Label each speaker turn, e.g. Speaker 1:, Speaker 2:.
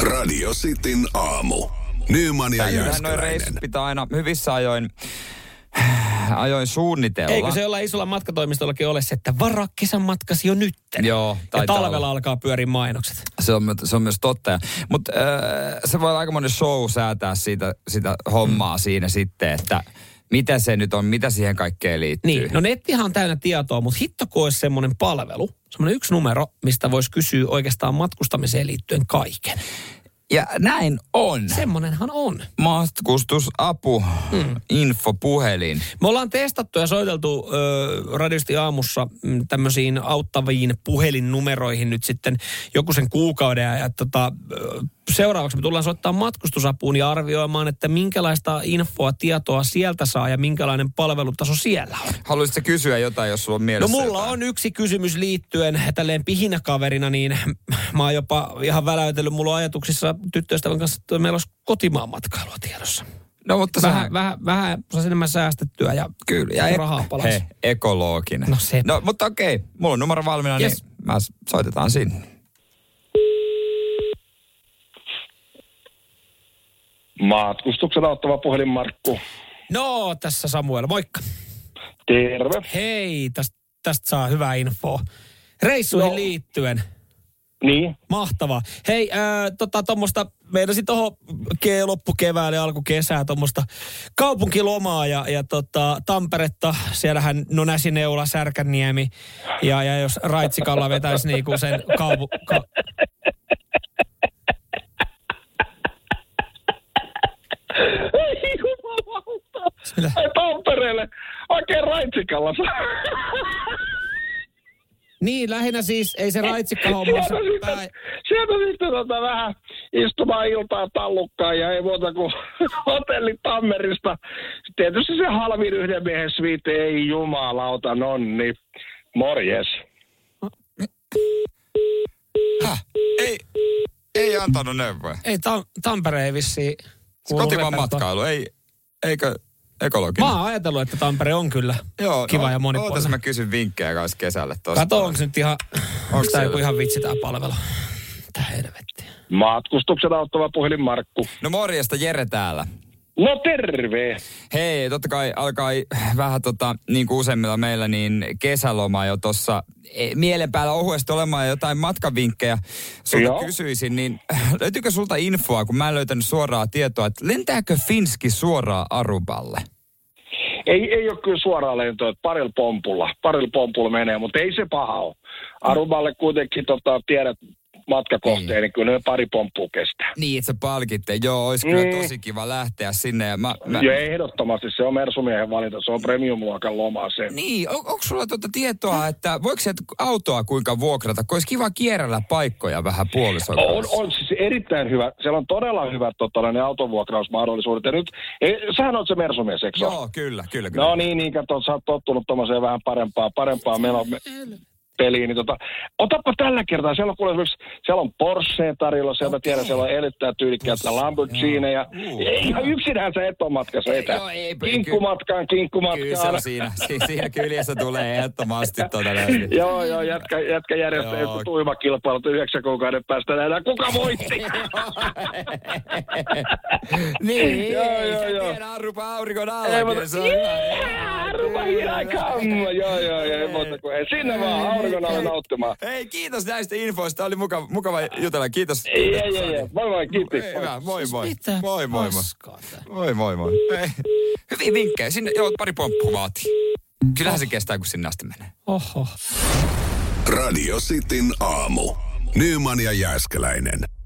Speaker 1: Radio Cityn aamu. Nyman ja
Speaker 2: Kyllähän noin
Speaker 1: Jääskeläinen.
Speaker 2: reissut pitää aina hyvissä ajoin, ajoin suunnitella.
Speaker 3: Eikö se jollain isolla matkatoimistollakin ole se, että varaa kesän matkasi jo nyt.
Speaker 2: Joo,
Speaker 3: Ja
Speaker 2: taitaa
Speaker 3: talvella
Speaker 2: olla.
Speaker 3: alkaa pyöriä mainokset.
Speaker 2: Se on, my- se on myös totta. Mutta äh, se voi olla aikamoinen show säätää siitä, sitä hommaa
Speaker 3: Mm.
Speaker 2: siinä sitten, että mitä se nyt on, mitä siihen kaikkeen liittyy.
Speaker 3: Niin, no nettihan on täynnä tietoa, mutta hitto kun olisi semmoinen palvelu, semmoinen yksi numero, mistä voisi kysyä oikeastaan matkustamiseen liittyen kaiken.
Speaker 2: Ja näin on.
Speaker 3: Semmonenhan on.
Speaker 2: Matkustusapu, mm. infopuhelin.
Speaker 3: Me ollaan testattu ja soiteltu ö, radiosti aamussa mm, tämmöisiin auttaviin puhelinnumeroihin nyt sitten joku sen kuukauden. Ja, ja tota, ö, seuraavaksi me tullaan soittaa matkustusapuun ja arvioimaan, että minkälaista infoa, tietoa sieltä saa ja minkälainen palvelutaso siellä on.
Speaker 2: Haluaisitko kysyä jotain, jos sulla on
Speaker 3: No
Speaker 2: mielessä
Speaker 3: mulla
Speaker 2: jotain?
Speaker 3: on yksi kysymys liittyen tälleen pihinäkaverina, niin mä oon jopa ihan väläytellyt mulla on ajatuksissa tyttöystävän kanssa, että meillä olisi kotimaan matkailua tiedossa.
Speaker 2: No mutta
Speaker 3: Vähän,
Speaker 2: vähän,
Speaker 3: vähän, vähän saisi enemmän säästettyä ja
Speaker 2: Kyllä.
Speaker 3: ja
Speaker 2: ek-
Speaker 3: rahaa palasi.
Speaker 2: e- he, ekologinen.
Speaker 3: No se-
Speaker 2: No mutta okei, mulla on numero valmiina,
Speaker 3: Yes.
Speaker 2: niin mä s- soitetaan sinne.
Speaker 4: Matkustuksen auttava puhelin Markku.
Speaker 3: No, tässä Samuel, moikka.
Speaker 4: Terve.
Speaker 3: Hei, tästä, tästä saa hyvää infoa. Reissuihin no.
Speaker 4: No.
Speaker 3: liittyen.
Speaker 4: Niin.
Speaker 3: Mahtavaa. Hei, ää, tota, tommosta, meinasin tohon ke, loppukevään ja alkukesää tommosta kaupunkilomaa ja, ja tota, Tamperetta, siellähän no Näsineula, Särkänniemi ja, ja jos Raitsikalla vetäisi niinku sen kaupu... Ka-
Speaker 4: Ei jumalauta.
Speaker 3: Mitä?
Speaker 4: Ai Tampereelle. Oikein raitsikalla.
Speaker 3: niin, lähinnä siis ei se Raitsikka-homma...
Speaker 4: Sieltä
Speaker 3: pää-
Speaker 4: sitten, sieltä sitten tota vähän istumaan iltaa tallukkaan ja ei muuta kuin hotelli Tammerista. Tietysti se halvin yhden miehen sviite, ei jumalauta, nonni. Morjes.
Speaker 2: Häh? Ei, ei antanut neuvoja.
Speaker 3: Ei, tam, Tampere ei vissiin... kuulu
Speaker 2: Kotimaan
Speaker 3: repertoa-
Speaker 2: matkailu, ei, eikö ekologinen?
Speaker 3: Mä oon ajatellut, että Tampere on kyllä Joo, kiva ja
Speaker 2: Ootas
Speaker 3: monipuolinen.
Speaker 2: mä kysyn vinkkejä kanssa kesälle tosta.
Speaker 3: Kato, onko nyt ihan, onko
Speaker 2: se-
Speaker 3: tää joku ihan vitsi tää palvelu? Tää helvetti.
Speaker 4: Matkustuksen auttava puhelin Markku.
Speaker 2: No morjesta, Jere täällä.
Speaker 4: No terve.
Speaker 2: Hei, totta kai alkaa vähän tota, niin kuin useimmilla meillä, niin kesäloma jo tuossa mielen päällä ohuesti olemaan ja jotain matkavinkkejä. Sulta
Speaker 4: Joo.
Speaker 2: kysyisin, niin löytyykö sulta infoa, kun mä en löytänyt suoraa tietoa, että lentääkö Finski suoraan Aruballe?
Speaker 4: Ei, ei ole kyllä suoraan lentoa, että parilla pompulla, parilla pompulla menee, mutta ei se paha ole. Aruballe kuitenkin tota, tiedät matkakohteen, niin kyllä ne pari pomppua kestää.
Speaker 2: Niin, että sä palkitte. Joo, olisi kyllä
Speaker 4: Mm.
Speaker 2: tosi kiva lähteä sinne. Ja mä, mä...
Speaker 4: Ja ehdottomasti se on Mersumiehen valinta, se on premium-luokan loma se.
Speaker 2: Niin, on, onko sulla tuota tietoa, että voiko se autoa kuinka vuokrata, kun olisi kiva kierrellä paikkoja vähän puolison
Speaker 4: On,
Speaker 2: kanssa?
Speaker 4: on siis erittäin hyvä, siellä on todella hyvät tota, ne autovuokrausmahdollisuudet. Ja nyt, e, sähän oot se Mersumies, eikö ole?
Speaker 2: Joo, kyllä, kyllä, kyllä.
Speaker 4: No niin, niin kato, sä oot tottunut tommoseen vähän parempaa, parempaa meno peliin. Niin tota, otapa tällä kertaa, siellä on kuule esimerkiksi, siellä on Porsche tarjolla, sieltä okay. tiedän, siellä on erittäin tyylikkäitä Lamborghiniä.
Speaker 2: Joo.
Speaker 4: Ei, ihan yksinhän sä et ole matkassa, etä.
Speaker 2: Joo, ei, ky- Kyllä
Speaker 4: Kinkkumatkaan,
Speaker 2: se
Speaker 4: kinkkumatkaan.
Speaker 2: on siinä, si- siinä kyljessä tulee ehdottomasti tuota näin.
Speaker 4: Joo, joo, jätkä, jätkä järjestää
Speaker 2: Joo.
Speaker 4: joku tuimakilpailut yhdeksän kuukauden päästä. Nähdään, kuka voitti?
Speaker 2: niin,
Speaker 4: Joo,
Speaker 2: ei
Speaker 4: joo,
Speaker 2: se
Speaker 4: joo.
Speaker 2: tiedä, arrupa aurinkon
Speaker 4: Ei,
Speaker 2: alla.
Speaker 4: mutta...
Speaker 2: kyllä se on hyvä.
Speaker 4: Jää, rupa hidakamma. Mm, Joo, joo, joo, ei muuta kuin. ei, Sinne vaan, auringon alle nauttimaan.
Speaker 2: Hei, kiitos näistä infoista. Oli mukava, mukava jutella. Kiitos.
Speaker 4: Ei, ei, ei, ei. Moi moi, kiitti.
Speaker 2: Hei, No, Hyvä, moi moi.
Speaker 3: Siis Mitä
Speaker 2: Moi moi moi.
Speaker 3: paskaa tää?
Speaker 2: Moi moi moi. Hei. Hyviä vinkkejä. Sinne joo, pari pomppua vaatii. Kyllähän se kestää, kun sinne asti menee.
Speaker 3: Oho.
Speaker 1: Radio Cityn aamu. Nyman ja Jääskeläinen.